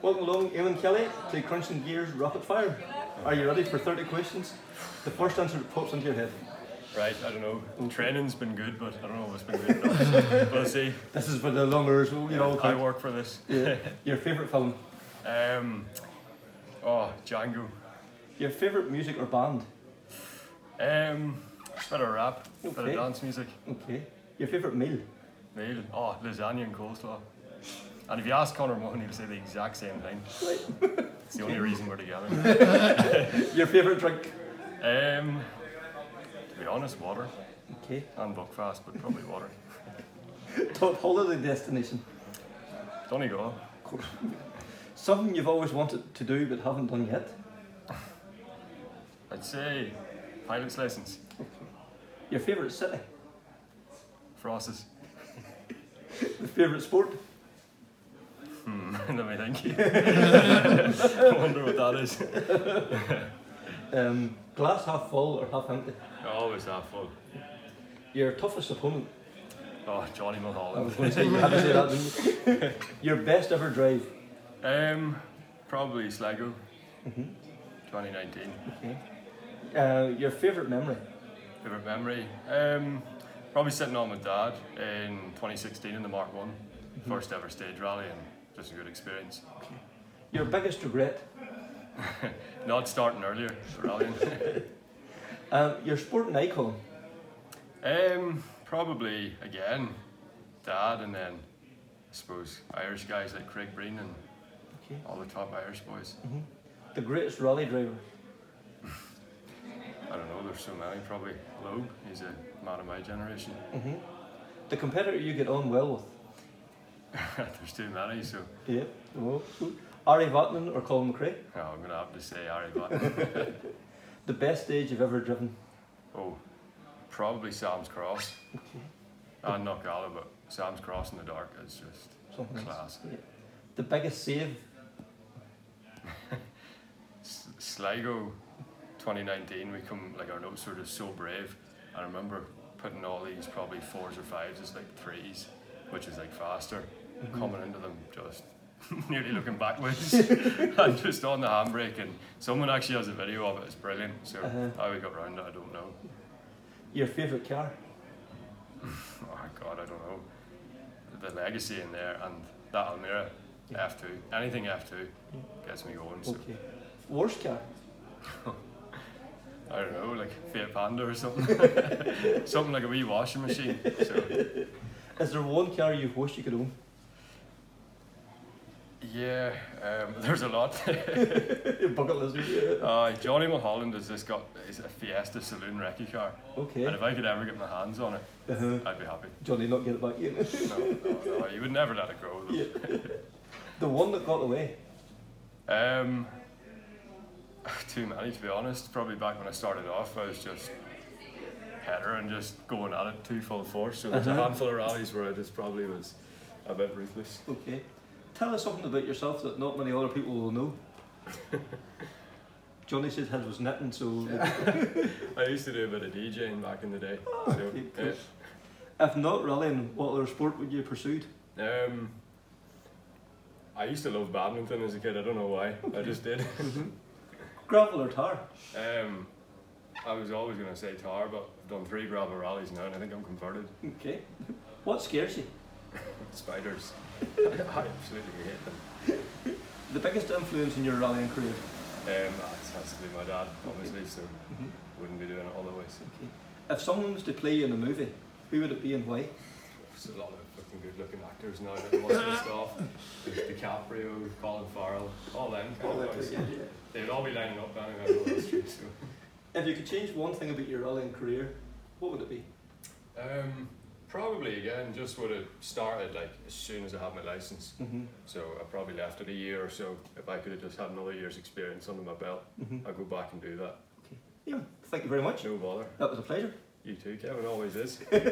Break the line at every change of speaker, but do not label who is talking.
Welcome along, Eamon Kelly, to Crunching Gears Rapid Fire. Are you ready for 30 questions? The first answer that pops into your head.
Right, I don't know. Training's been good, but I don't know what's been good enough. we'll see.
This is for the longers, you know.
I work for this.
Yeah. Your favourite film?
Um, oh, Django.
Your favourite music or band?
Um, bit of rap, bit
Okay.
of dance music.
Okay. Your favourite meal?
Meal. Oh, lasagna and coleslaw. And if you ask Connor Mahoney, he'll say the exact same thing. It's the only reason we're together.
Your favourite drink?
um, to be honest, water
Okay.
and Buckfast, but probably water.
Top holiday destination?
Donegal.
Something you've always wanted to do but haven't done yet?
I'd say pilot's license.
Your favourite city?
Frost's.
Your favourite sport?
Let me think. I wonder what that is.
Um, glass half full or half empty?
Always that full.
Your toughest opponent?
Oh, Johnny
I was
Mulholland.
going to say, you had to say that, didn't you? Your best ever drive?
Um, probably Sligo. Mm-hmm. 2019.
Okay. Uh, your favourite memory?
Favorite memory? Um, probably sitting on with dad in 2016 in the Mark One, first ever stage rally, and just a good experience.
Your biggest regret?
Not starting earlier, but rallying.
Um, your sporting icon?
um, probably again, dad, and then I suppose Irish guys like Craig Breen and
Okay.
all the top Irish boys.
The greatest rally driver?
I don't know, there's so many. Probably Loeb, he's a man of my generation.
Mm-hmm. The competitor you get on well with?
there's too many, so
Yeah. Oh. Ari Vatman or Colin McRae?
oh, I'm gonna have to say Harry Button.
The best stage you've ever driven?
oh, probably Sam's Cross.
Okay.
And not Gala, but Sam's Cross in the dark is just
Something else.
class.
Yeah. The biggest save?
S- Sligo 2019, we come, like our notes were just so brave. I remember putting all these probably fours or fives as like threes, which is like faster, coming into them just nearly looking backwards and just on the handbrake. And someone actually has a video of it, it's brilliant. So
Uh-huh.
how we got round it, I don't know.
Your favourite car?
Oh God, I don't know. The legacy in there and that Almira F2, anything F2 gets me going. So
Okay. Worst car?
I don't know, like Fiat Panda or something, something like a wee washing machine. So
Is there one car you've wished you could own?
yeah, um, there's a lot.
Bucket list. yeah.
Uh, Johnny Mulholland has just got is a Fiesta saloon recce car, and
Okay.
if I could ever get my hands on it,
Uh-huh.
I'd be happy.
Johnny, not get it back in.
No, no, no, you would never let it go. Though.
Yeah. The one that got away.
Um, too many to be honest. Probably back when I started off, I was just header and just going at it too full force. So there's a handful of rallies where I just probably was a bit ruthless.
Okay. Tell us something about yourself that not many other people will know. Johnny said his was knitting, so
I used to do a bit of DJing back in the day. So,
okay, cool. if not rallying, what other sport would you pursued?
yeah. um, I used to love badminton as a kid. I don't know why. I just did.
Gravel or tar?
Um, I was always going to say tar, but I've done three gravel rallies now, and I think I'm converted.
Okay. What scares you?
Spiders. I absolutely hate them.
The biggest influence in your rallying career?
Um, that's has to be my dad, obviously, so wouldn't be doing it otherwise.
If someone was to play you in a movie, who would it be and why?
There's a lot of fucking good looking actors now that must have stuff. There's DiCaprio, Colin Farrell, all them kind of guys. They would all be lining up anyway, I know that's true, so.
If you could change one thing about your rallying career, what would it be?
Um, probably again, just would have started like as soon as I had my license.
Mm-hmm.
So I probably left it a year or so. If I could have just had another year's experience under my belt,
Mhm.
I'd go back and do that.
Yeah, thank you very much.
No bother.
That was a pleasure.
You too, Kevin, always is.